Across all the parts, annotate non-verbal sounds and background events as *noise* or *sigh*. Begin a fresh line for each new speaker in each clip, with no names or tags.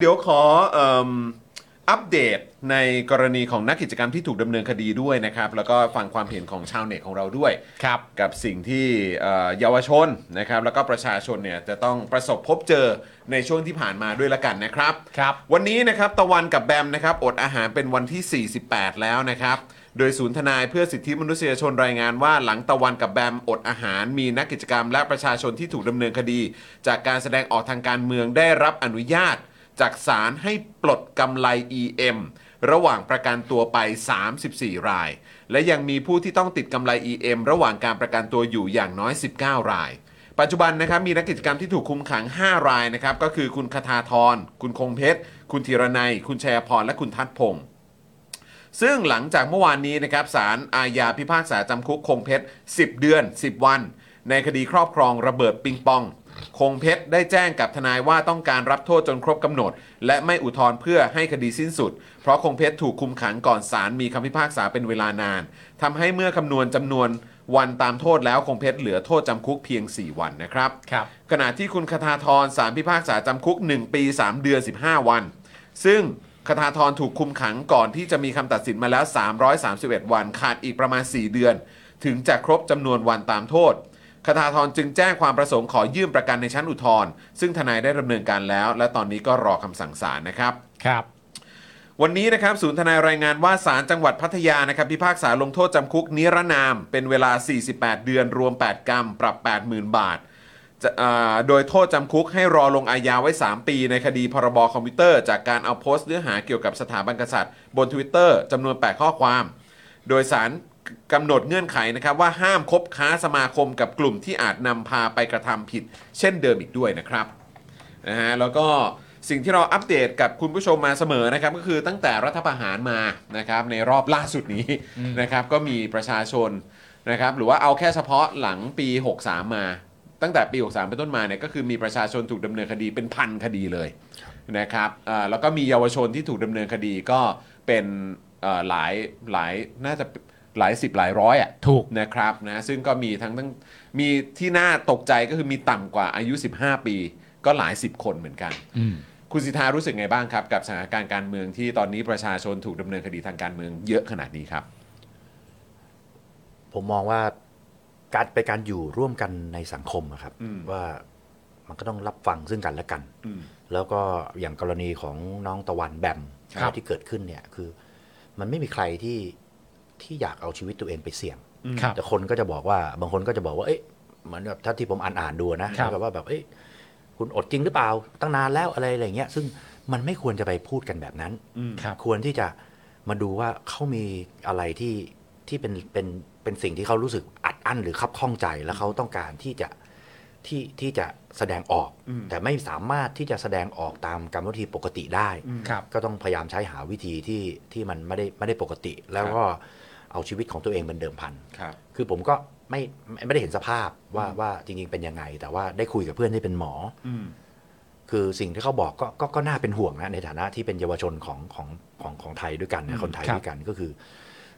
เดี๋ยวขอเอิ่มอัปเดตในกรณีของนักกิจกรรมที่ถูกดำเนินคดีด้วยนะครับ แล้วก็ฟังความเห็นของชาวเน็ตของเราด้วย
ครับ
กับสิ่งที่เอ่อเยาวชนนะครับแล้วก็ประชาชนเนี่ยจะต้องประสบพบเจอในช่วงที่ผ่านมาด้วยละกันนะครับ
ครับ
วันนี้นะครับตะวันกับแบมนะครับอดอาหารเป็นวันที่ 48 แล้วนะครับ โดยศูนย์ทนายเพื่อสิทธิมนุษยชนรายงานว่าหลังตะวันกับแบมอดอาหาร มีนักกิจกรรม และประชาชนที่ถูกดำเนินคดี จากการแสดงออกทางการเมืองได้รับอนุญาต จากศาลให้ปลดกำไร EM ระหว่างประกันตัวไป 34 ราย และยังมีผู้ที่ต้องติดกำไร EM ระหว่างการประกันตัวอยู่อย่างน้อย 19 ราย ปัจจุบันนะครับมีนักกิจกรรมที่ถูกคุมขัง 5 รายนะครับก็คือคุณคทาธร คุณคงเพชร คุณธีรนัย คุณชัยพร และคุณทัศพงศ์ ซึ่งหลังจากเมื่อวานนี้นะครับศาลอาญาพิพากษาจำคุกคงเพชร 10 เดือน 10 วัน ในคดีครอบครองระเบิดปิงปอง คงเพชรได้แจ้งกับทนายว่าต้องการรับโทษจนครบกำหนด และไม่อุทธรณ์เพื่อให้คดีสิ้นสุด เพราะคงเพชรถูกคุมขังก่อนศาลมีคำพิพากษาเป็นเวลานานทำให้เมื่อคำนวณจำนวนวันตามโทษแล้วคงเพชรเหลือโทษจำคุกเพียง 4 วันนะครับ
ครับ
ขณะที่คุณคทาธรสารพิพากษาจำคุก 1 ปี 3 เดือน 15 วัน ซึ่งคทาธรถูกคุมขังก่อนที่จะมีคำตัดสินมาแล้ว 331 วัน ขาดอีกประมาณ 4 เดือน ถึงจะครบจำนวนวันตามโทษ คทาธรจึงแจ้งความประสงค์ขอยื่นประกันในชั้นอุทธรณ์ซึ่งทนายได้ดำเนินการแล้ว และตอนนี้ก็รอคำสั่งศาลนะครับ
ครับ
วันนี้นะครับศูนย์ทนายรายงานว่าศาลจังหวัดพัทยานะครับพิพากษาลงโทษจำคุกนิรนาม เป็นเวลา 48 เดือนรวม 8 กรรม ปรับ 80,000 บาทจะอ่าโดยโทษจำคุกให้รอลงอาญาไว้ 3 ปีในคดีพรบคอมพิวเตอร์ จากการเอาโพสต์เนื้อหาเกี่ยวกับสถาบันกษัตริย์ บน Twitter จำนวน 8 ข้อความ โดยสารกำหนดเงื่อนไขนะครับว่าห้ามคบค้าสมาคมกับกลุ่มที่อาจนำพาไปกระทำผิด เช่นเดิมอีกด้วยนะครับ นะฮะแล้วก็สิ่งที่เราอัปเดตกับคุณผู้ชมมาเสมอนะครับก็คือตั้งแต่รัฐประหารมานะครับในรอบล่าสุดนี้นะครับก็มีประชาชนนะครับหรือว่าเอาแค่เฉพาะหลังปี 63 มา ตั้งแต่ปี 63 เป็นต้นมาเนี่ยก็คือมีประชาชนถูกดำเนินคดีเป็นพันคดีเลยนะครับเอ่อแล้วก็มีเยาวชนที่ถูกดำเนินคดีก็เป็นเอ่อหลายหลายน่าจะหลายสิบหลายร้อยอ่ะ
ถูก
นะครับนะซึ่งก็มีทั้งทั้งมีที่น่าตกใจก็คือมีต่ำกว่าอายุ 15 ปี ก็หลาย 10 คนเหมือนกัน
อืม
คุณสิทธารู้สึกไงบ้างครับ กับสถานการณ์การเมืองที่ตอนนี้ประชาชนถูกดำเนินคดีทางการเมืองเยอะขนาดนี้ครับ
ผมมองว่าการเป็นการอยู่ร่วมกันในสังคมอะครับ
อืม
ว่ามันก็ต้องรับฟังซึ่งกันและกัน
อืม
แล้วก็อย่างกรณีของน้องตะวันแบม
ครับ
ที่เกิดขึ้นเนี่ยคือ มันไม่มีใครที่ที่อยากเอาชีวิตตัวเองไปเสี่ยง
ครับ
แต่คนก็จะบอกว่าบางคนก็จะบอกว่า เอ๊ะเหมือนแบบถ้าที่ผมอ่านอ่านๆดูนะครับ แบบว่าแบบเอ๊ะคุณอดจริงหรือเปล่าตั้งนานแล้วอะไรอะไรอย่างเงี้ยซึ่งมันไม่ควรจะไปพูดกันแบบนั้น
อืม
ครับ
ควรที่จะมาดูว่าเขามีอะไรที่ที่เป็นเป็นเป็นสิ่งที่เขารู้สึกอัดอั้นหรือคับข้องใจแล้วเขาต้องการที่จะที่ที่จะแสดงออก
อืม
แต่ไม่สามารถที่จะแสดงออกตามกรรมวิธีปกติได้
ครับ
ก็ต้องพยายามใช้หาวิธีที่ที่มันไม่ได้ไม่ได้ปกติ แล้วก็เอาชีวิตของตัวเองเป็นเดิมพัน
ครับ
คือผมก็ไม่ไม่ไม่ได้เห็นสภาพว่าว่าจริงๆเป็นยังไง แต่ว่าได้คุยกับเพื่อนที่เป็นหมอ
อืม
คือสิ่งที่เขาบอกก็ก็ก็น่าเป็นห่วงนะในฐานะที่เป็นเยาวชนของของของของไทยด้วยกัน
อืม
นะคนไทย
ครับ
ด้วยกันก็คือ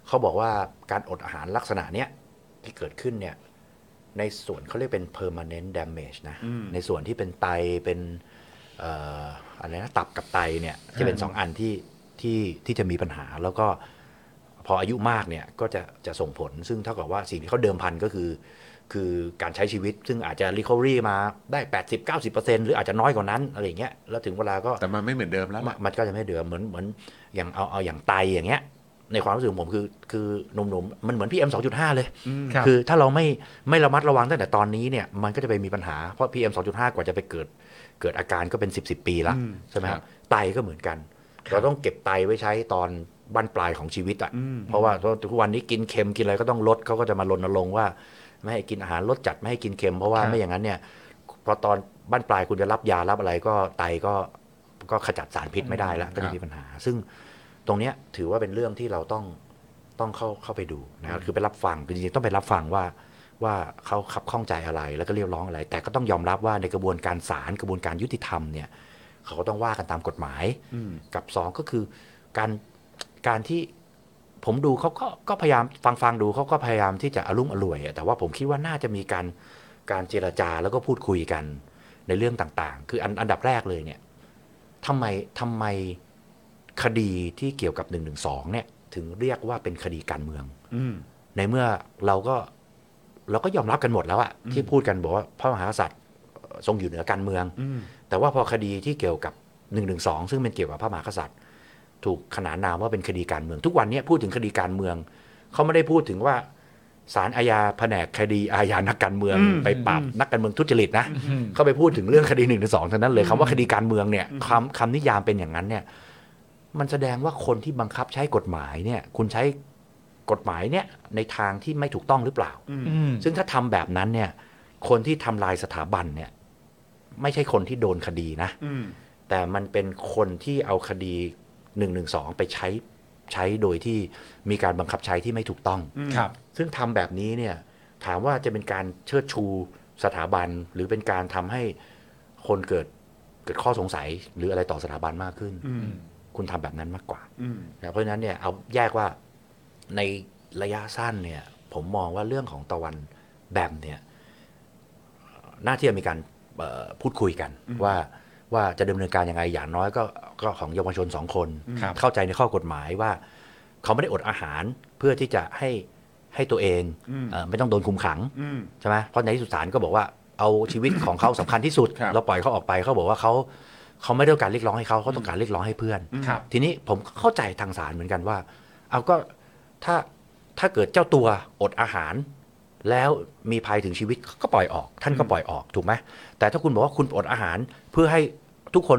เขาบอกว่าการอดอาหารลักษณะเนี้ยที่เกิดขึ้นเนี่ยในส่วนเขาเรียกเป็น permanent damage นะ
อืม
ในส่วนที่เป็นไตเป็นเอ่ออะไรนะตับกับไตเนี่ยจะเป็นสองอันที่ที่ที่จะมีปัญหาแล้วก็พออายุมากเนี่ยก็จะจะส่งผล ซึ่งเท่ากับว่าสิ่งที่เขาเดิมพันก็คือ คือการใช้ชีวิตซึ่งอาจจะ recovery มาได้ 80-90%หรืออาจจะน้อยกว่านั้นอะไรอย่างเงี้ยแล้วถึงเวลาก็
แต่มันไม่เหมือนเดิมแล้ว
ม
ล่ะ
นมันก็จะไม่เดือดเหมือนเหมือนอย่างเอาเอาอย่างไตอย่างเงี้ย ในความรู้สึกของผมคือคือหนุ่มๆมันเหมือนพีเอ็มสองจุดห้าเลย
ครับ
คือถ้าเราไม่ไม่ระมัดระวังตั้งแต่ตอนนี้เนี่ยมันก็จะไปมีปัญหาเพราะพีเอ็มสองจุดห้ากว่าจะไปเกิดเกิดอาการก็เป็นสิบสิบปีละ
อืม
ใช่ไหม
ค
ค
รั
รั
บบ
ไตก็เหมือนกัน เราต้องเก็บไตไว้ใช้ตอนบั้นปลายของชีวิตอ่ะ
อืม
เพราะว่าทุกวันนี้กินเค็มกินอะไรก็ต้องลดเขาก็จะมารณรงค์ว่า ไม่ให้กินอาหารลดจัดไม่ให้กินเค็มเพราะว่า
ครับ
ไม่อย่างนั้นเนี่ยพอตอนบ้านปลายคุณจะรับยารับอะไรก็ไตก็ก็ขจัดสารพิษไม่ได้แล้ว ก็
ครั
จะ
บ
มีปัญหา ซึ่งตรงเนี้ยถือว่าเป็นเรื่องที่เราต้องต้องเข้าเข้าไปดูนะครับคือไปรับฟังคือจริงๆต้องไปรับฟังว่าว่าเขาขับข้องใจอะไรแล้วก็เรียกร้องอะไร แต่ก็ต้องยอมรับว่าในกระบวนการศาลกระบวนการยุติธรรมเนี่ยเขาก็ต้องว่ากันตามกฎหมาย
อืม
กับสองก็คือการการที่ผมดูเขาก็ก็พยายามฟังฟังดูเขาก็พยายามที่จะอารมุ่มอร่วยอะแต่ว่าผมคิดว่าน่าจะมีการการเจรจาแล้วก็พูดคุยกันในเรื่องต่างๆ คืออันอันดับแรกเลยเนี่ย ทำไมทำไมคดีที่เกี่ยวกับ1นึเนี่ยถึงเรียกว่าเป็นคดีการเมือง
อืม
ในเมื่อเราก็เราก็ยอมรับกันหมดแล้วอะ
อืม
ที่พูดกันบอกว่าพระมหากษัตริย์ทรงอยู่เหนือการเมือง
อืม
แต่ว่าพอคดีที่เกี่ยวกับ1นึซึ่งเป็นเกี่ยวกับพระมหากษัตริย์ ถูกขนานนามว่าเป็นคดีการเมือง ทุกวันเนี้ยพูดถึงคดีการเมือง เขาไม่ได้พูดถึงว่าศาลอาญาแผนกคดีอาญานักการเมือง ไปปราบนักการเมืองทุจริตนะ เขาไปพูดถึงเรื่องคดีหนึ่งถึงสองเท่านั้นเลยคำว่าคดีการเมืองเนี่ยคำคำนิยามเป็นอย่างนั้นเนี่ย มันแสดงว่าคนที่บังคับใช้กฎหมายเนี่ย คุณใช้กฎหมายเนี่ยในทางที่ไม่ถูกต้องหรือเปล่า
อืม
ซึ่งถ้าทำแบบนั้นเนี่ย คนที่ทำลายสถาบันเนี่ย ไม่ใช่คนที่โดนคดีนะ
อืม
แต่มันเป็นคนที่เอาคดีหนึ่งหนึ่งสองไปใช้ใช้โดยที่มีการบังคับใช้ที่ไม่ถูกต้อง
อืม
ครับ
ซึ่งทำแบบนี้เนี่ยถามว่าจะเป็นการเชิดชูสถาบัน หรือเป็นการทำให้คนเกิดเกิดข้อสงสัยหรืออะไรต่อสถาบันมากขึ้น
อืม
คุณทำแบบนั้นมากกว่า
อืม
นะเพราะฉะนั้นเนี่ยเอาแยกว่าในระยะสั้นเนี่ยผมมองว่าเรื่องของตะวันแบมเนี่ยหน้าที่จะมีการเอ่อพูดคุยกันว่าว่าจะดำเนินการยังไงอย่างน้อยก็ก็ของเยาวชนสองคน
ครับ
เข้าใจในข้อกฎหมายว่า เขาไม่ได้อดอาหารเพื่อที่จะให้ให้ตัวเองเออไม่ต้องโดนคุมขัง
อืม
ใช่ไหมเพราะในที่สุดศาลก็บอกว่าเอาชีวิต ของเขาสำคัญที่สุด
ครับ
เราปล่อยเขาออกไปเขาบอกว่าเขาเขาไม่ได้ต้องการเรียกร้องให้เขาเขาต้องการเรียกร้องให้เพื่อน
ครับ
ทีนี้ผมเข้าใจทางศาลเหมือนกันว่า เอาก็ถ้าถ้าเกิดเจ้าตัวอดอาหาร แล้วมีภัยถึงชีวิตก็ปล่อยออก ท่านก็ปล่อยออกถูกไหมแต่ถ้าคุณบอกว่าคุณอดอาหารเพื่อให้ทุกคน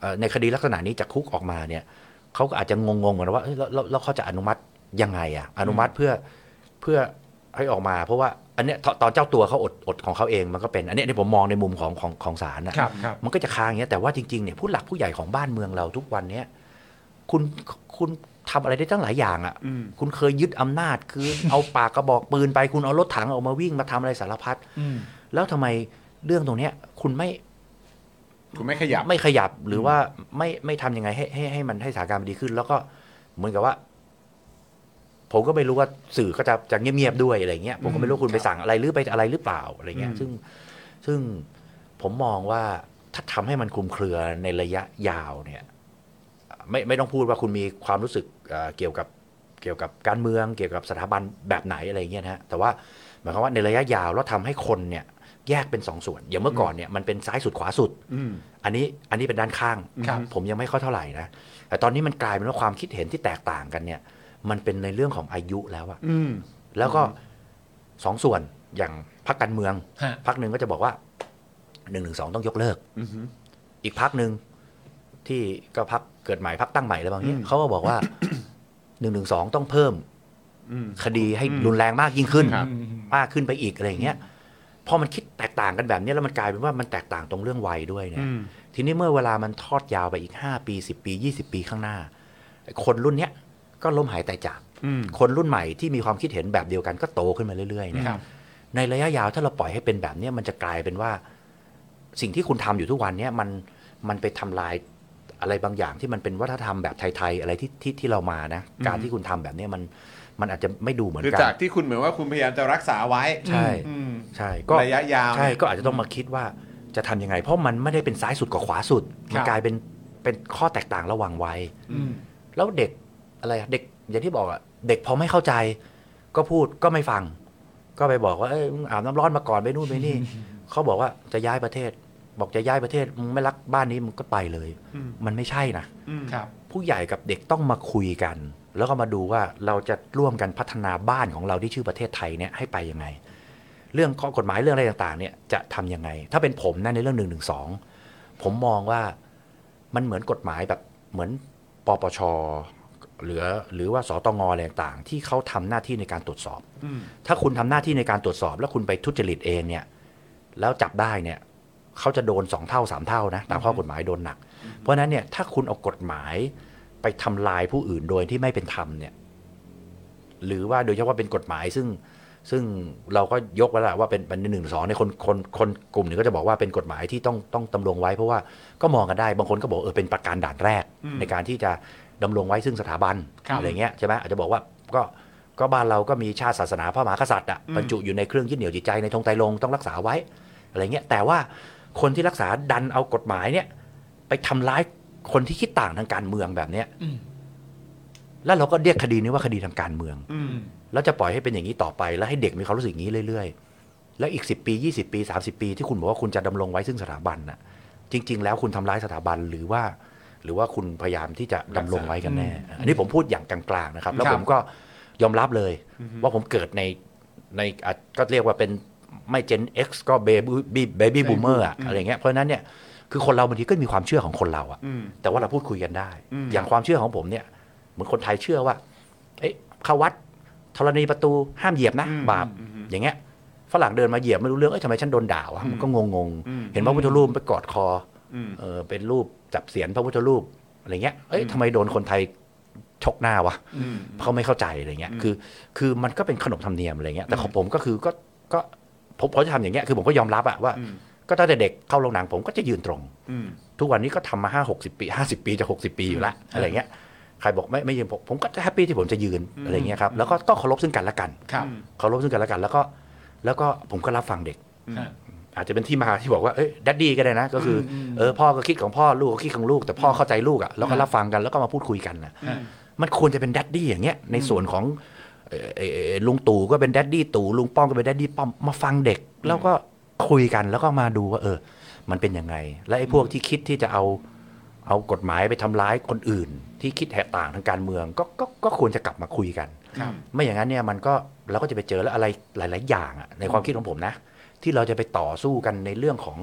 เอ่อในคดีลักษณะนี้จากคุกออกมาเนี่ยเขาก็อาจจะงงๆเหมือนว่าเอ้ยแล้วแล้วแล้วเขาจะอนุมัติยังไงอะอนุมัติเพื่อเพื่อให้ออกมา เพราะว่าอันเนี้ยตอนตอนเจ้าตัวเขาอดอดของเขาเองมันก็เป็นอันเนี้ยที่ผมมองในมุมของของของศาลนะ
ครับครับ
มันก็จะค้างอย่างเงี้ยแต่ว่าจริงๆเนี่ยผู้หลักผู้ใหญ่ของบ้านเมืองเราทุกวันเนี้ยคุณคุณทำอะไรได้ตั้งหลายอย่างอะ่ะ
อืม
คุณเคยยึดอำนาจคือ เอาปากกระบอกปืนไปคุณเอารถถังออกมาวิ่งมาทำอะไรสารพัด
อืม
แล้วทำไมเรื่องตรงเนี้ย คุณไม่
คุณไม่ขยับ
ไม่ขยับหรือว่าไม่ไม่ทำยังไงให้ให้ให้มันให้สถานการณ์มันดีขึ้น แล้วก็เหมือนกับว่า ผมก็ไม่รู้ว่าสื่อก็จะจะเงียบๆด้วยอะไรเงี้ยผมก็ไม่รู้คุณไปสั่งอะไรหรือไปอะไรหรือเปล่าอะไรเงี้ย
อืม
ซึ่งซึ่งผมมองว่าถ้าทำให้มันคลุมเครือในระยะยาวเนี่ยไม่ไม่ต้องพูดว่าคุณมีความรู้สึกเอ่อเกี่ยวกับเกี่ยวกับการเมืองเกี่ยวกับสถาบันแบบไหนอะไรเงี้ยนะฮะแต่ว่าหมายความว่าในระยะยาวแล้วทำให้คนเนี่ยแยกเป็นสองส่วน อย่างเมื่อก่อนเนี่ยมันเป็นซ้ายสุดขวาสุด
อืม
อันนี้อันนี้เป็นด้านข้าง
ครับ
ผมยังไม่ค่อยเท่าไหร่นะ แต่ตอนนี้มันกลายเป็นว่าความคิดเห็นที่แตกต่างกันเนี่ย มันเป็นในเรื่องของอายุแล้วอะ
อืม
แล้วก็สองส่วนอย่างพรรคการเมือง
ฮะ
พรรคหนึ่งก็จะบอกว่าหนึ่งหนึ่งสองต้องยกเลิก
อืม
อีกพรรคหนึ่งที่ก็พรรคเกิดใหม่พรรคตั้งใหม่อะไรบางอย่าง
อืม
เขาก็บอกว่า *coughs* หนึ่งหนึ่งสองต้องเพิ่ม
อืม
คดีให้
อืม
รุนแรงมากยิ่งขึ้น
ครับ
อืมอืม
มากขึ้นไปอีกอะไรอย่างเงี้ยพอมันคิดแตกต่างกันแบบเนี้ยแล้วมันกลายเป็นว่ามันแตกต่างตรงเรื่องวัยด้วยเนี่ย
อืม
ทีนี้เมื่อเวลามันทอดยาวไปอีก 5 ปี 10 ปี 20 ปีข้างหน้า คนรุ่นเนี้ยก็ล้มหายตายจาก
อืม
คนรุ่นใหม่ที่มีความคิดเห็นแบบเดียวกันก็โตขึ้นมาเรื่อยๆเนี่ย
ครับ
ในระยะยาวถ้าเราปล่อยให้เป็นแบบเนี้ยมันจะกลายเป็นว่า สิ่งที่คุณทำอยู่ทุกวันเนี้ยมันมันไปทำลายอะไรบางอย่างที่มันเป็นวัฒนธรรมแบบไทยๆอะไรที่ที่ที่เรามานะ การที่คุณทำแบบเนี้ยมันมันอาจจะไม่ดูเหมือน
คือ
กั
จากที่คุณเหมือนว่าคุณพยายามจะรักษาไว้
ใช่
อืม
ใช่ก็
ระยะยาว
ใช่ก็อาจจะต้องมาคิดว่าจะทำยังไง เพราะมันไม่ได้เป็นซ้ายสุดกับขวาสุด
ครับ
มันกลายเป็นเป็นข้อแตกต่างระหว่างวัย
อืม
แล้วเด็กอะไรอะเด็กอย่างที่บอกอะเด็กพอไม่เข้าใจ ก็พูดก็ไม่ฟัง ก็ไปบอกว่าเอ้ยมึงอาบน้ำร้อนมาก่อนไปนู่นไปนี่ เขาบอกว่าจะย้ายประเทศ บอกจะย้ายประเทศมึงไม่รักบ้านนี้มึงก็ไปเลย
อืม
มันไม่ใช่นะ
อืม
ครับ
ผู้ใหญ่กับเด็กต้องมาคุยกัน แล้วก็มาดูว่าเราจะร่วมกันพัฒนาบ้านของเราที่ชื่อประเทศไทยเนี่ยให้ไปยังไง เรื่องข้อกฎหมายเรื่องอะไรต่างๆ เนี่ยจะทำยังไง ถ้าเป็นผมนะในเรื่องหนึ่งหนึ่งสองผมมองว่ามันเหมือนกฎหมายแบบเหมือนปปชหรือหรือว่าสตงอะไรต่างๆ ที่เขาทำหน้าที่ในการตรวจสอบ
อืม
ถ้าคุณทำหน้าที่ในการตรวจสอบ แล้วคุณไปทุจริตเองเนี่ยแล้วจับได้เนี่ยเขาจะโดนสองเท่าสามเท่านะตามข้อกฎหมายโดนหนัก เพราะฉะนั้นเนี่ยถ้าคุณเอากฎหมายไปทำลายผู้อื่นโดยที่ไม่เป็นธรรมเนี่ยหรือว่าโดยเฉพาะเป็นกฎหมายซึ่งซึ่งเราก็ยกไว้แล้วว่าเป็นเป็นหนึ่งสองในยคนคนคนกลุ่มหนึ่งก็จะบอกว่าเป็นกฎหมายที่ต้องต้องดำรงไว้ เพราะว่าก็มองกันได้บางคนก็บอกเออเป็นประการด่านแรก
อืม
ในการที่จะดำรงไว้ซึ่งสถาบันอะไรเงี้ยใช่ไหมอาจจะบอกว่าก็ก็บ้านเราก็มีชาติศาสนาพระมหากษัตริย์อะบรรจุอยู่ในเครื่องยึดเหนี่ยวจิตใจในธงไตรรงค์ต้องรักษาไว้อะไรเงี้ยแต่ว่าคนที่รักษาดันเอากฎหมายเนี่ย ไปทำร้าย คนที่คิดต่างทางการเมืองแบบเนี้ยแล้วเราก็เรียกคดีนี้ว่าคดีทางการเมือง
อืม
แล้วจะปล่อยให้เป็นอย่างนี้ต่อไป แล้วให้เด็กมีความรู้สึกอย่างนี้เรื่อยๆ แล้วอีก 10 ปี 20 ปี 30 ปีที่คุณบอกว่าคุณจะดำรงไว้ซึ่งสถาบันน่ะ จริง ๆ แล้วคุณทำร้ายสถาบันหรือว่า หรือว่าคุณพยายามที่จะดำรงไว้กันแน่ อันนี้ผมพูดอย่างกลางๆนะครับ แล้วผมก็ยอมรับเลย ว่าผมเกิดในในอ่ะก็เรียกว่าเป็นไม่ Gen X ก็เบบี้เบบี้บูมเมอร์อะไรเงี้ยเพราะฉะนั้นเนี่ยคือคนเราบางทีก็มีความเชื่อของคนเราอะ
อืม
แต่ว่าเราพูดคุยกันได้
อืม
อย่างความเชื่อของผมเนี่ยเหมือนคนไทยเชื่อว่า เอ๊ะเข้าวัดธรณีประตูห้ามเหยียบนะ บาป อย่างเงี้ย ฝรั่งเดินมาเหยียบไม่รู้เรื่อง เอ้ยทำไมฉันโดนด่าวะมันก็งงงๆเห็นพระพุทธรูปไปกอดคออเออเป็นรูปจับเสียนพระพุทธรูปอะไรเงี้ย เอ้ยทำไมโดนคนไทยชกหน้าวะเขาไม่เข้าใจอะไรเงี้ย คือ คือมันก็เป็นขนบธรรมเนียมอะไรเงี้ย แต่ของผมก็คือก็ก็ผมผมจะทำอย่างเงี้ย คือผมก็ยอมรับอะว่า ก็ตั้งแต่เด็กเข้าโรงหนังผมก็จะยืนตรง
อืม
ทุกวันนี้ก็ทำมาห้าหกสิบปีห้าสิบปีจะหกสิบปีอยู่ละอะไรเงี้ยใครบอกไม่ไม่ยืนผมผมก็จะแฮปปี้ที่ผมจะยืนอะไรเงี้ยครับแล้วก็ต้องเคารพซึ่งกันและกัน
ครับ
เคารพซึ่งกันและกัน แล้วก็แล้วก็ผมก็รับฟังเด็ก
ครับ
อาจจะเป็นที่มาที่บอกว่าเอ้ยดัดดี้ก็ได้นะ ก็คืออ
ม
เออพ่อก็คิดของพ่อลูกก็คิดของลูกแต่พ่อเข้าใจลูกอ่ะแล้วก็รับฟังกันแล้วก็มาพูดคุยกันนะ
อ่า
มันควรจะเป็นดัดดี้อย่างเงี้ยในส่วนของเอ่อเอ่อเอ่อลุงตู่ก็เป็นดัดดี้ตู่ลุงป้อมก็เป็นดัดดี้ป้อมมาฟังเด็ก แล้วก็คุยกันแล้วก็มาดูว่า เออ มันเป็นยังไง และไอ้พวกที่คิดที่จะเอาเอากฎหมายไปทำร้ายคนอื่น ที่คิดแตกต่างทางการเมืองก็ก็ก็ควรจะกลับมาคุยกัน
ครับ
ไม่อย่างนั้นเนี่ยมันก็เราก็จะไปเจอแล้วอะไรหลาย ๆ อย่างอะในความคิดของผมนะ ที่เราจะไปต่อสู้กันในเรื่องของ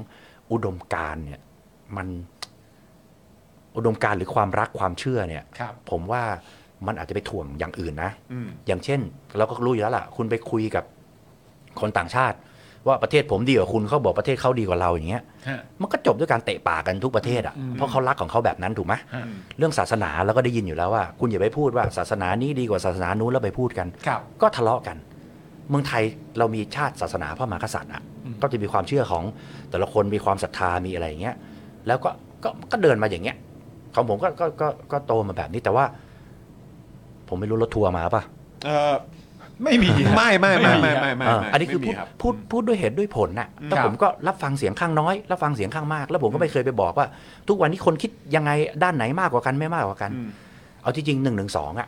อุดมการณ์เนี่ยมันอุดมการณ์หรือความรักความเชื่อเนี่ย
ครับ
ผมว่ามันอาจจะไปถ่วงอย่างอื่นนะ
อืม
อย่างเช่น เราก็รู้อยู่แล้วล่ะ คุณไปคุยกับคนต่างชาติ ว่าประเทศผมดีกว่าคุณเขาบอกประเทศเขาดีกว่าเราอย่างเงี้ย
ฮะ
มันก็จบด้วยการเตะปากกันทุกประเทศอ่ะ
อืม
เพราะเขารักของเขาแบบนั้นถูกไหม
ฮะ
เรื่องศาสนาเราก็ได้ยินอยู่แล้วว่า คุณอย่าไปพูดว่าศาสนานี้ดีกว่าศาสนานู้นแล้วไปพูดกัน
ครับ
ก็ทะเลาะกัน เมืองไทยเรามีชาติศาสนาพระมหากษัตริย์อ่ะ
อืม
ก็จะมีความเชื่อของแต่ละคนมีความศรัทธามีอะไรอย่างเงี้ย แล้วก็ก็ก็เดินมาอย่างเงี้ย ของผมก็ก็ก็ก็โตมาแบบนี้แต่ว่า ผมไม่รู้รถทัวร์มาป่ะ
เออ
ไม่มีฮะ
ไม่ไม่ไม่
ไม่
ไม่
มี
ไม่ไม่
เออ
ไม่
อันนี้คือ
ไม่
พู
มี
ด
รับ
พูดพูดด้วยเหตุด้วยผลน่ะแต่
ครับ
ผมก็รับฟังเสียงข้างน้อย รับฟังเสียงข้างมาก แล้วผมก็ไม่เคยไปบอกว่า ทุกวันนี้คนคิดยังไงด้านไหนมากกว่ากันไม่มากกว่ากัน
อืม
เอาจริงๆหนึ่งหนึ่งสองอะ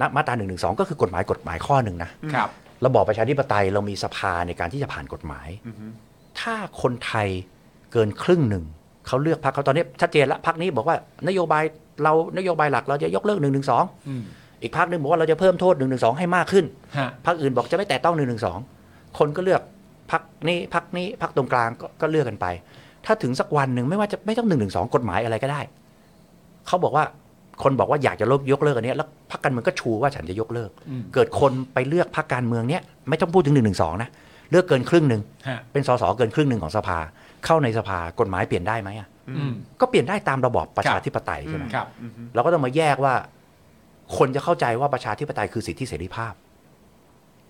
นะมาตราหนึ่งหนึ่งสองก็คือกฎหมายกฎหมายข้อหนึ่งนะ
ครับ
ระบอบประชาธิปไตยเรามีสภาในการที่จะผ่านกฎหมาย
อือฮึ
ถ้าคนไทยเกินครึ่งหนึ่ง เขาเลือกพรรคเขาตอนนี้ชัดเจนละพรรคนี้บอกว่านโยบายเรานโยบายหลักเราจะยกเลิกหนึ่งหนึ่งสอง
อืม
อีกพรรคหนึ่งบอกว่าเราจะเพิ่มโทษหนึ่งหนึ่งสองให้มากขึ้น
ฮะ
พรรคอื่นบอกจะไม่แตะต้องหนึ่งหนึ่งสองคนก็เลือกพรรคนี้พรรคนี้พรรคตรงกลางก็ก็เลือกกันไป ถ้าถึงสักวันหนึ่งไม่ว่าจะไม่ต้องหนึ่งหนึ่งสองกฎหมายอะไรก็ได้เขาบอกว่าคนบอกว่าอยากจะลบยกเลิกอันเนี้ยแล้วพรรคการเมืองก็ชูว่าฉันจะยกเลิก
อืม
เกิดคนไปเลือกพรรคการเมืองเนี้ยไม่ต้องพูดถึงหนึ่งหนึ่งสองนะ เลือกเกินครึ่งหนึ่ง
ฮะ
เป็นสสเกินครึ่งหนึ่งของสภา เข้าในสภากฎหมายเปลี่ยนได้ไหมอะ
อืม
ก็เปลี่ยนได้ตามระบอบประชาธิปไตยใช่ไหม
ครับ
เราก็ต้องมาแยกว่า คนจะเข้าใจว่าประชาธิปไตยคือสิทธิเสรีภาพ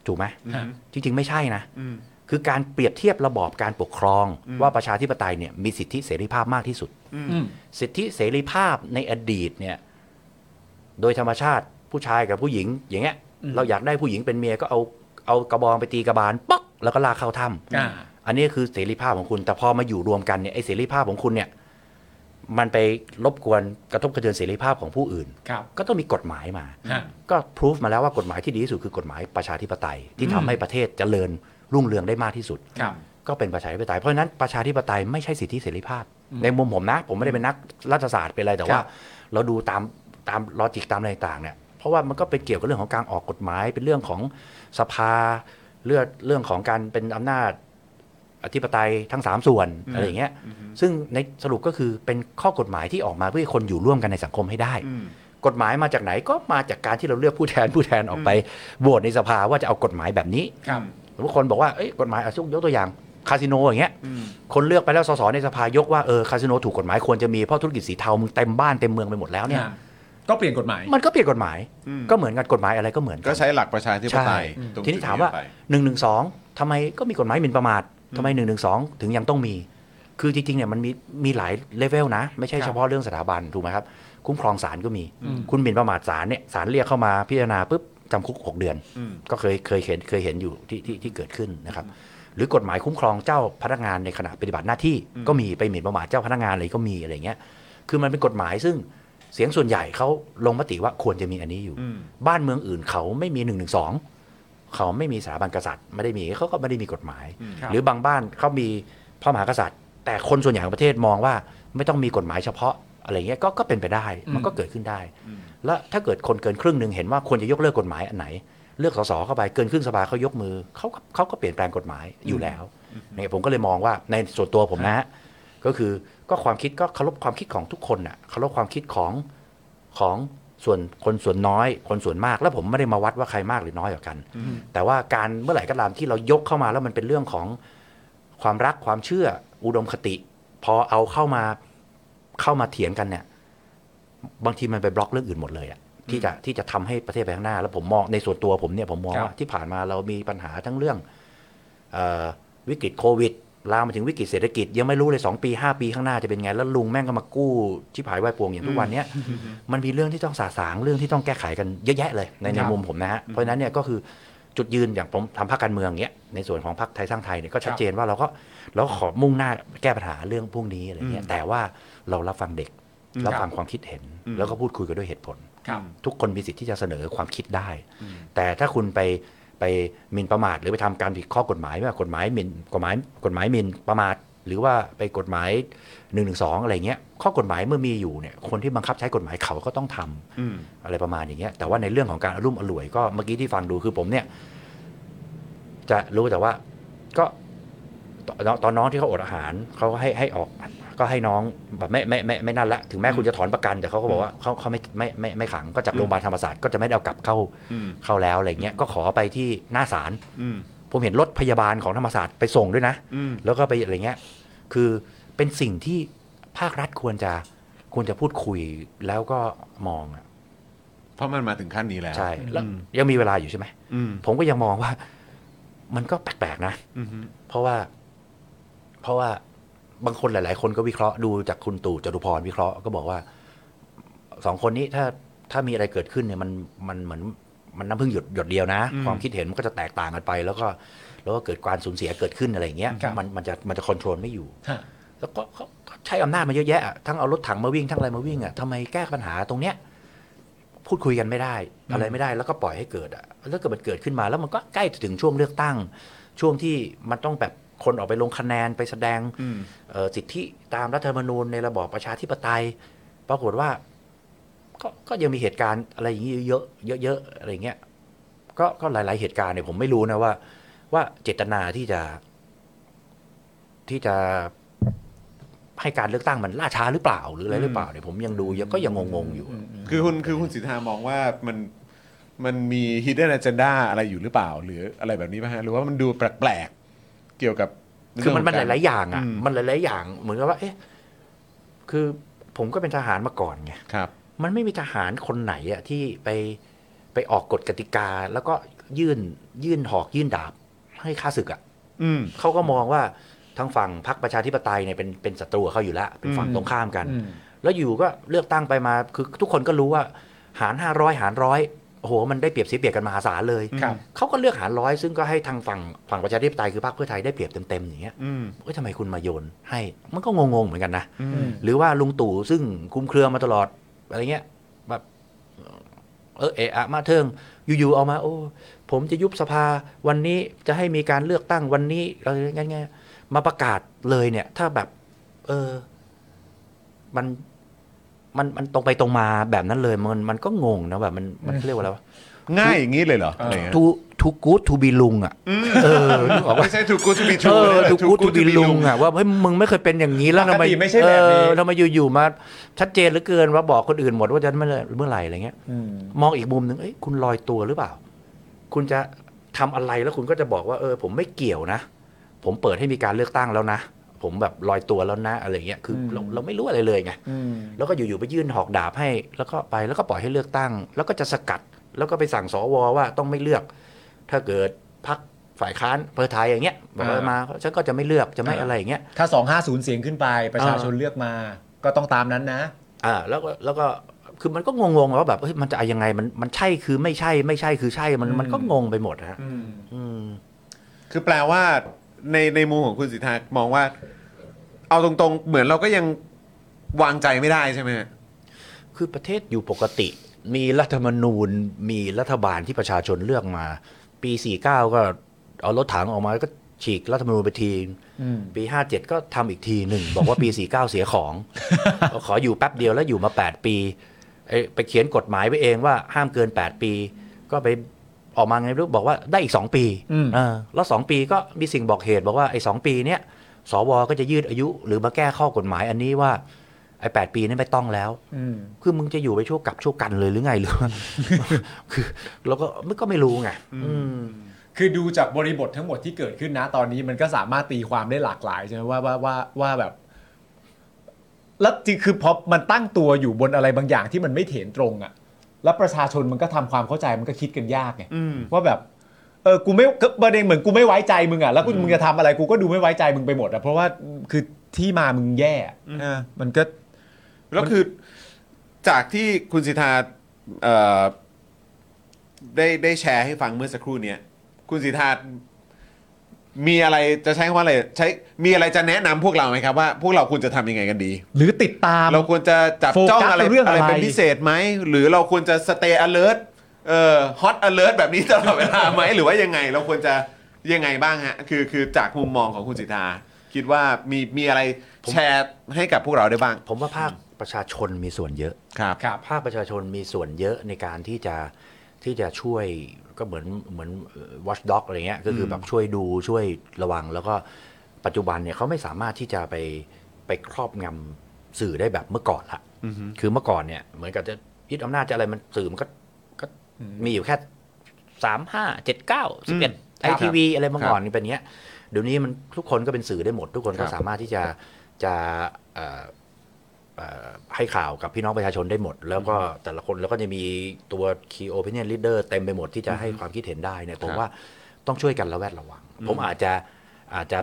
ถูกไหม
อือฮึ
จริง ๆ ไม่ใช่นะ
อืม
คือการเปรียบเทียบระบอบการปกครอง
อืม
ว่าประชาธิปไตยเนี่ยมีสิทธิเสรีภาพมากที่สุด
อืม
อืม
สิทธิเสรีภาพในอดีตเนี่ยโดยธรรมชาติผู้ชายกับผู้หญิง อย่างเงี้ย
อืม
เราอยากได้ผู้หญิงเป็นเมียก็เอาเอากระบองไปตีกระบาลป๊อกแล้วก็ลากเข้าถ้
อ่า
ำอันนี้คือเสรีภาพของคุณ แต่พอมาอยู่รวมกันเนี่ยไอ้เสรีภาพของคุณเนี่ยมันไปรบกวนกระทบกระเทือนเสรีภาพของผู้อื่น
ครับ
ก็ต้องมีกฎหมายมา
ฮะ
ก็พิสูจมาแล้วว่ากฎหมายที่ดีที่สุดคือกฎหมายประชาธิปไตย ที่
อืม
ทำให้ประเทศเจริญรุ่งเรืองได้มากที่สุด
ครับ
ก็เป็นประชาธิปไตย เพราะฉะนั้นประชาธิปไตยไม่ใช่สิทธิเสรีภาพ
อืม
ในมุมผมนะ ผมไม่ได้เป็นนักรัฐศาสตร์เป็นอะไรแต่
ค
ว่า
รับ
เราดูตามตามลอจิกตามอะไรต่างเนี่ยเพราะว่ามันก็เป็นเกี่ยวกับเรื่องของการออกกฎหมาย เป็นเรื่องของสภาเลือดเรื่องของการเป็นอำนาจอธิปไตยทั้งสามส่วนอะไรอย่างเงี้ยซึ่งในสรุปก็คือเป็นข้อกฎหมายที่ออกมาเพื่อให้คนอยู่ร่วมกันในสังคมให้ได้
อืม
กฎหมายมาจากไหนก็มาจากการที่เราเลือกผู้แทนผู้แทนออกไปโหวตในสภาว่าจะเอากฎหมายแบบนี้
ครับ
สมมติคนบอกว่าเอ้ยกฎหมายอาชุกยกตัวอย่างคาสิโนอย่างเงี้ย
อืม
คนเลือกไปแล้วสสในสภายกว่าเออคาสิโนถูกกฎหมายควรจะมีเพราะธุรกิจสีเทามึงเต็มบ้านเต็มเมืองไปหมดแล้วเนี่ย
อ่าก็เปลี่ยนกฎหมาย
มันก็เปลี่ยนกฎหมาย
อืม
ก็เหมือนกันกฎหมายอะไรก็เหมือน
ก็
น
ใช้หลักประชาธิปไตยตรง
ทีนี้ถามว่า
จุดไป
1นึทำไมก็มีกฎหมายหมิ่นประมาททำไม1นึถึงยังต้องมี คือจริงๆเนี่ยมันมีมีหลายเลเวลนะ ไม่ใช่
ครับ
เฉพาะเรื่องสถาบันถูกไหมครับคุ้มครองศาลก็มี
อืม
คุณหมิ่นประมาทศาลเนี่ยศาลเรียกเข้ามาพิจารณาปุ๊บจำคุกหกเดือน
อืม
ก็เคยเคยเห็นเคยเห็นอยู่ที่ที่ที่เกิดขึ้นนะครับ หรือกฎหมายคุ้มครองเจ้าพนักงานในขณะปฏิบัติหน้าที่ ก็มีไปหมิ่นประมาทเจ้าพนักงานอะไรก็มีอะไรเงี้ย คือมันเป็นกฎหมายซึ่งเสียงส่วนใหญ่เขาลงมติว่าควรจะมีอันนี้อยู่
อืม
บ้านเมืองอื่นเขาไม่มีหนึ่งหนึ่งสองเขาไม่มีสถาบันกษัตริย์ไม่ได้มีเขาก็ไม่ได้มีกฎหมาย
อืม
ครับ
หรือบางบ้านเขามีพระมหากษัตริย์ แต่คนส่วนใหญ่ของประเทศมองว่าไม่ต้องมีกฎหมายเฉพาะอะไรเงี้ยก็ก็เป็นไปได้มันก็เกิดขึ้นได้
อืม
และถ้าเกิดคนเกินครึ่งหนึ่งเห็นว่าควรจะยกเลิกกฎหมายอันไหน เลือกสสเข้าไปเกินครึ่งสภาเขายกมือเขาก็เขาก็เปลี่ยนแปลงกฎหมายอยู่แล้วเนี่ยผมก็เลยมองว่าในส่วนตัวผมนะฮะก็คือก็ความคิดก็เคารพความคิดของทุกคนน่ะเคารพความคิดของของส่วนคนส่วนน้อย คนส่วนมากแล้วผมไม่ได้มาวัดว่าใครมากหรือน้อยกว่ากัน แต่ว่าการเมื่อไหร่ก็ตามที่เรายกเข้ามาแล้วมันเป็นเรื่องของความรักความเชื่ออุดมคติ พอเอาเข้ามาเข้ามาเถียงกันเนี่ย บางทีมันไปบล็อกเรื่องอื่นหมดเลยอะที่จะที่จะทำให้ประเทศไปข้างหน้า แล้วผมมองในส่วนตัวผมเนี่ยผมมอง
ครับ
ว่าที่ผ่านมาเรามีปัญหาทั้งเรื่องเออวิกฤตโควิดลามมาถึงวิกฤตเศรษฐกิจ ยังไม่รู้เลยสองปีห้าปีข้างหน้าจะเป็นไง แล้วลุงแม่งก็มากู้ชิบหายไหวายปวงอย่างทุกวันเนี้ยมันมีเรื่องที่ต้องสาสางเรื่องที่ต้องแก้ไขกันเยอะแยะเลยในในมุมผมนะฮะเพราะฉะนั้นเนี่ยก็คือจุดยืนอย่างผมทำพรรคการเมืองเนี้ยในส่วนของพรรคไทยสร้างไทยเนี่ยก็ชัดเจนว่าเราก็เราก็ขอมุ่งหน้าแก้ปัญหาเรื่องพวกนี้อะไรเงี้ยแต่ว่าเรารับฟังเด็ก รับฟังความคิดเห็น
อืม
แล้วก็พูดคุยกันด้วยเหตุผล
ครับ
ทุกคนมีสิทธิ์ที่จะเสนอความคิดได้ แต่ถ้าคุณไปไปหมิ่นประมาท หรือไปทำการผิดข้อกฎหมายไม่ว่ากฎหมายหมิ่นกฎหมายกฎหมายหมิ่นประมาท หรือว่าไปกฎหมาย1นึอะไรเงี้ยข้อกฎหมายเมื่อมีอยู่เนี่ยคนที่บังคับใช้กฎหมายเขาก็ต้องทำ
อืม
อะไรประมาณอย่างเงี้ยแต่ว่าในเรื่องของการอารมุ่มอร่วยก็เมื่อกี้ที่ฟังดูคือผมเนี่ย จะรู้แต่ว่าก็ตอนตอนน้องที่เขาอดอาหารเขาก็ให้ให้ออก ก็ให้น้องแบบไม่ไม่ไม่ไม่นั่นละถึงแม้คุณจะถอนประกันแต่เขาก็บอกว่าเขาเขาไม่ไม่ไม่ไม่ขังก็จากโรงพยาบาลธรรมศาสตร์ก็จะไม่ได้เอากลับเข้า
อืม
เข้าแล้วอะไรเงี้ยก็ขอไปที่หน้าศาล
อืม
ผมเห็นรถพยาบาลของธรรมศาสตร์ไปส่งด้วยนะ
อืม
แล้วก็ไปอะไรเงี้ย คือเป็นสิ่งที่ภาครัฐควรจะควรจะพูดคุยแล้วก็มองอะ
เพราะมันมาถึงขั้นนี้แล้ว
ใช่แล้ว
อืม
ยังมีเวลาอยู่ใช่ไหม
อืม
ผมก็ยังมองว่า มันก็แปลกๆนะ
อืม
เพราะว่า เพราะว่าบางคนหลาย ๆ คนก็วิเคราะห์ดูจากคุณตู่จตุพรวิเคราะห์ก็บอกว่าสองคนนี้ถ้าถ้ามีอะไรเกิดขึ้นเนี่ยมันมันเหมือนมันน้ำพึ่งหยดหยดเดียวนะ ความคิดเห็นมันก็จะแตกต่างกันไป แล้วก็แล้วก็เกิดการสูญเสียเกิดขึ้นอะไรอย่างเงี้ย
ครับ
มันมันจะมันจะคอนโทรลไม่อยู่
ฮะ
แล้วก็ก็ก็ใช้อำนาจมาเยอะแยะอะทั้งเอารถถังมาวิ่งทั้งอะไรมาวิ่งอ่ะทำไมแก้ปัญหาตรงเนี้ยพูดคุยกันไม่ได้ อะไรไม่ได้แล้วก็ปล่อยให้เกิดอ่ะแล้วเกิดมันเกิดขึ้นมา แล้วมันก็ใกล้จะถึงช่วงเลือกตั้ง ช่วงที่มันต้องแบบคนออกไปลงคะแนนไปแสดง
อืม
เอ่อสิทธิตามรัฐธรรมนูญในระบอบประชาธิปไตย ปรากฏว่าก็ก็ยังมีเหตุการณ์อะไรอย่างนี้เยอะเยอะๆอะไรเงี้ยก็ก็หลาย ๆเหตุการณ์เนี่ยผมไม่รู้นะว่า ว่าเจตนาที่จะ ที่จะให้การเลือกตั้งมันล่าช้าหรือเปล่าหรืออะไรหรือเปล่าเนี่ยผมยังดูยังก็ยังงงๆอยู่
คือคุณคือคุณสิทธามองว่ามันมันมี hidden agenda อะไรอยู่หรือเปล่า หรืออะไรแบบนี้ป่ะฮะ หรือว่ามันดูแปลกๆ เกี่ยวกับ
คือมันมันห
เรื่งขงกร
ลายๆอย่างอ่ะ
อืม
มันหลายๆอย่าง เหมือนกับว่า เอ๊ะคือผมก็เป็นทหารมาก่อนไง
ครับ
มันไม่มีทหารคนไหนอะที่ไปไปออกกฎกติกา แล้วก็ยื่นยื่นหอกยื่นดาบให้ข้าศึกอะ
อืม
เขาก็มองว่าทางฝั่งพรรคประชาธิปไตยเนี่ยเป็นเป็นศัตรูกับเขาอยู่แล้วเป็นฝั่ง
อืม
ตรงข้ามกัน
อืม
แล้วอยู่ก็เลือกตั้งไปมาคือทุกคนก็รู้ว่าหารห้าร้อยหารร้อยโอ้โหมันได้เปรียบเสียเปรียบกันมหาศาลเลย
ครับ
เขาก็เลือกหารร้อยซึ่งก็ให้ทางฝั่งฝั่งประชาธิปไตยคือพรรคเพื่อไทยได้เปรียบเต็มๆอย่างเงี้ย
อืม
เอ้ยทำไมคุณมาโยนให้มันก็งงๆเหมือนกันนะ
อื
อื
ม
ม
หรือว่าลุงตู่ซึ่งคุมเครือมาตลอดอะไรเงี้ยแบบเออเอะอะมาเทิงอยู่ๆเอามา โอ้ ผมจะยุบสภาวันนี้จะให้มีการเลือกตั้งวันนี้อะไรเงี้ยๆมาประกาศเลยเนี่ย ถ้าแบบ เออ มันมันมันตรงไปตรงมาแบบนั้นเลย มันมันก็งงนะแบบมันมันเรียกว่าอะไรวะ
ง่ายอย่างนี้เลยเหรอ
เอ
อะ
ออ
ไรเงี้ย
too too good to be ลุงอ่ะเออนึกออกปะ
ไม่ใช่ too good to be
เอ
true
อ
นะ
ถู
too
กู
good
ถู
to
บี
be
ลุง
true
อ่ะว่าเฮ้ยมึงไม่เคยเป็นอย่างนี้แล้วทำไม
ปกติไม่ใช่แบบนี้
เออทำไมอยู่ๆมาชัดเจนเหลือเกินว่าบอกคนอื่นหมดว่าจะเมื่อไหร่เมื่อไหร่อะไรเงี้ย
อืม
มองอีกมุมหนึ่งเอ้ยคุณลอยตัวหรือเปล่า คุณจะทำอะไรแล้วคุณก็จะบอกว่าเออ ผมไม่เกี่ยวนะ ผมเปิดให้มีการเลือกตั้งแล้วนะ ผมแบบลอยตัวแล้วนะอะไรเงี้ยคืออ
ม
เราเราไม่รู้อะไรเลยไง
อืม
แล้วก็อยู่ๆไปยื่นหอกดาบให้ แล้วก็ไปแล้วก็ปล่อยให้เลือกตั้ง แล้วก็จะสกัด แล้วก็ไปสั่งสวว่าต้องไม่เลือก ถ้าเกิดพักฝ่ายค้านเพื่อไทยอย่างเงี้ยบอกว่า
อ่าม
มาฉันก็จะไม่เลือกจะไม่อะไรอย่างเงี้ย
ถ้า 250 เสียงขึ้นไปประชาชนเลือกมาก็ต้องตามนั้นนะ
อ่าแล้วก็แล้วก็คือมันก็งงๆว่าแบบเฮ้ยมันจะเอายังไงมันมันใช่คือไม่ใช่ไม่ใช่คือใช่มัน
อืม
มันก็งงไปหมดฮะ
อืม
อืม
คือแปลว่าในในมุมของคุณสิทธามองว่า เอาตรงๆ เหมือนเราก็ยัง วางใจไม่ได้ใช่ไหมฮะ
คือประเทศอยู่ปกติ มีรัฐธรรมนูญ มีรัฐบาลที่ประชาชนเลือกมา ปี 49 ก็เอารถถังออกมาแล้วก็ฉีกรัฐธรรมนูญไปที
อืม
ปี 57 ก็ทำอีกทีหนึ่ง บอกว่าปี 49 เสีย
*laughs*
ของ ขออยู่แป๊บเดียวแล้วอยู่มา 8 ปีเอ้ยไปเขียนกฎหมายไว้เองว่าห้ามเกิน 8 ปี ก็ไปออกมาไงไม่รู้บอกว่าได้อีก 2 ปี
อืม
เออแล้ว 2 ปีก็มีสิ่งบอกเหตุบอกว่าไอ้สปีเนี้ยสวก็จะยืดอายุ หรือมาแก้ข้อกฎหมายอันนี้ว่าไอ้8ปีนี่ไม่ต้องแล้ว
อืม
คือมึงจะอยู่ไปชั่วกับชั่วกันเลยหรือไงหรือว่า *laughs* คือเราก็ไม่ก็ไม่รู้ไงอืม
คือดูจากบริบททั้งหมดที่เกิดขึ้นนะตอนนี้มันก็สามารถตีความได้หลากหลายใช่ไหมว่าว่าว่าว่าแบบ แล้วจริงคือพอมันตั้งตัวอยู่บนอะไรบางอย่างที่มันไม่เถนตรงอะ่ะ แล้วประชาชนมันก็ทำความเข้าใจมันก็คิดกันยากไงว่าแบบ เออกูไม่ก็ประเด็นเหมือนกูไม่ไว้ใจมึงอะ่ะแล้วกูมึงจะทำอะไรกูก็ดูไม่ไว้ใจมึงไปหมดอะ่ะเพราะว่าคือที่มามึงแย่อะเออมันก็
แล้วคือจากที่คุณสิทธาเอ่อได้ได้แชร์ให้ฟังเมื่อสักครู่เนี้ยคุณสิทธามีอะไรจะใช้คำว่าอะไรใช้มีอะไรจะแนะนำพวกเราไหมครับว่าพวกเราควรจะทำยังไงกันดี
หรือติดตาม
เราควรจะจับจ้อง
โฟกัส
อะไร
กับเรื่อง
อะ
อะไรไร
เป็นพิเศษไหม หรือเราควรจะ stay alert เอ่อ hot alert แบบนี้ตลอดเวลาไหม หรือว่ายังไงเราควรจะยังไงบ้างฮะ คือคือจากมุมมองของคุณสิทธา คิดว่ามีมีอะไรแชร์ให้กับพวกเราได้บ้าง
ผมว่าภาคประชาชนมีส่วนเยอะ
ครับ
ครับ
ภาคประชาชนมีส่วนเยอะในการที่จะที่จะช่วยก็เหมือนเหมือน watchdog อะไรเงี้ยก็คือแบบช่วยดูช่วยระวัง แล้วก็ปัจจุบันเนี่ยเขาไม่สามารถที่จะไปไปครอบงำสื่อได้แบบเมื่อก่อนละคือเมื่อก่อนเนี่ยเหมือนกับจะยึดอำนาจจะอะไรมันสื่อมันก็ก็มีอยู่แค่สามห้าเจ็ดเก้าสิบเอ็ดไอ
ครับ
ทีวีอะไรเมื่อก่อนนี่เป็นอย่างเงี้ยเดี๋ยวนี้มันทุกคนก็เป็นสื่อได้หมด ทุกคน
ค
ก็
รับ
สามารถที่จะจะเอ่อ เอ่อให้ข่าวกับพี่น้องประชาชนได้หมด แล้วก็แต่ละคนแล้วก็จะมีตัว Key Opinion Leader เต็มไปหมดที่จะให้ความคิดเห็นได้เนี่ยผมว่าต้องช่วยกันระแวดระวัง ผมอาจจะอาจจะ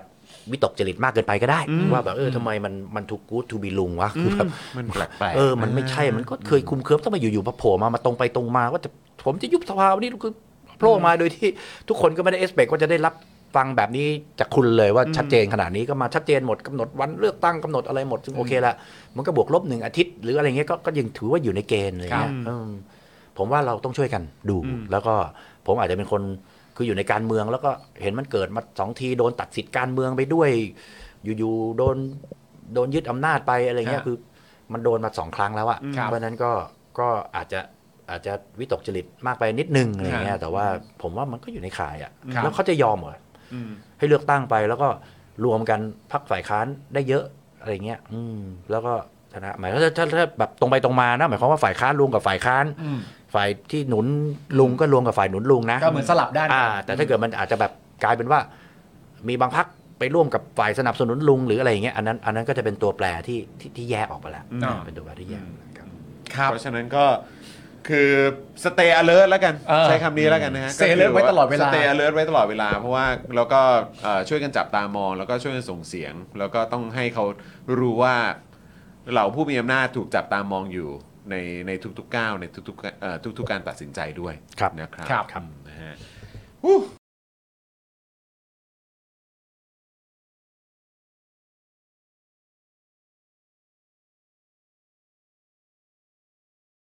วิตกจริตมากเกินไปก็ได้ ว่าแบบเออทำไมมันมันถูกกู๊ดทูบีลุงวะคือแบบ
มันแปลกแปลก
เออมันไม่ใช่มันก็เคยคุมเครือต้องมาอยู่ๆมาโผล่มามาตรงไปตรงมา ว่าจะผมจะยุบสภาวันนี้คือโผล่มาโดยที่ทุกคนก็ไม่ได้เอสเปกว่าจะได้รับฟังแบบนี้จากคุณเลยว่าชัดเจนขนาดนี้ก็มาชัดเจนหมดกำหนดวันเลือกตั้งกำหนดอะไรหมดซึ่งโอเคละ มันก็บวกลบหนึ่งอาทิตย์ หรืออะไรเงี้ยก็ก็ยังถือว่าอยู่ในเกณฑ์อะไรเงี้ยเออผมว่าเราต้องช่วยกันดู แล้วก็ผมอาจจะเป็นคนคืออยู่ในการเมือง แล้วก็เห็นมันเกิดมาสองทีโดนตัดสิทธิ์การเมืองไปด้วย อยู่ๆโดนโดนยึดอำนาจไปอะไรเงี้ย
ฮะ
คือ มันโดนมาสองครั้งแล้วอะ
ครับ
เพราะฉะนั้นก็ก็อาจจะอาจจะวิตกจริตมากไปนิดนึงอะไรเงี้ยแต่ว่าผมว่ามันก็อยู่ในข่ายอะแล้วเขาจะยอมเหรอ ให้เลือกตั้งไปแล้วก็รวมกันพักฝ่ายค้านได้เยอะอะไรเงี้ย อืม แล้วก็ชนะหมายความว่าถ้าถ้าถ้าแบบตรงไปตรงมานะหมายความว่าฝ่ายค้านรวมกับฝ่ายค้าน
อืม
ฝ่ายที่หนุนลุงก็รวมกับฝ่ายหนุนลุงนะ
ก็เหมือนสลับด้านกัน
อ่า แต่ถ้าเกิดมันอาจจะแบบกลายเป็นว่า มีบางพักไปร่วมกับฝ่ายสนับสนุนลุงหรืออะไรอย่างเงี้ยอันนั้นอันนั้นก็จะเป็นตัวแปรที่ที่ที่แยกออกไปแล้ว
อืม
เป็นตัวแปรที่แยกออกไปแล้วครับ
ครับ
เพราะฉะนั้นก็คือ stay alert แล้วกัน
เออ
ใช้คำนี้แล้วกันนะฮะ
stay alert ไว้ตลอดเว
ก็
ลา
คื stay alert ไว้ตลอดเวลา เพราะว่าแล้วก็เอ่อช่วยกันจับตามอง แล้วก็ช่วยกันส่งเสียง แล้วก็ต้องให้เขารู้ว่าเหล่าผู้มีอำนาจถูกจับตามองอยู่ในในทุกๆก้าวในทุกๆเอ่อทุกๆการตัดสินใจด้วย
ครับ
นะครับ
ครับ
นะฮะอู้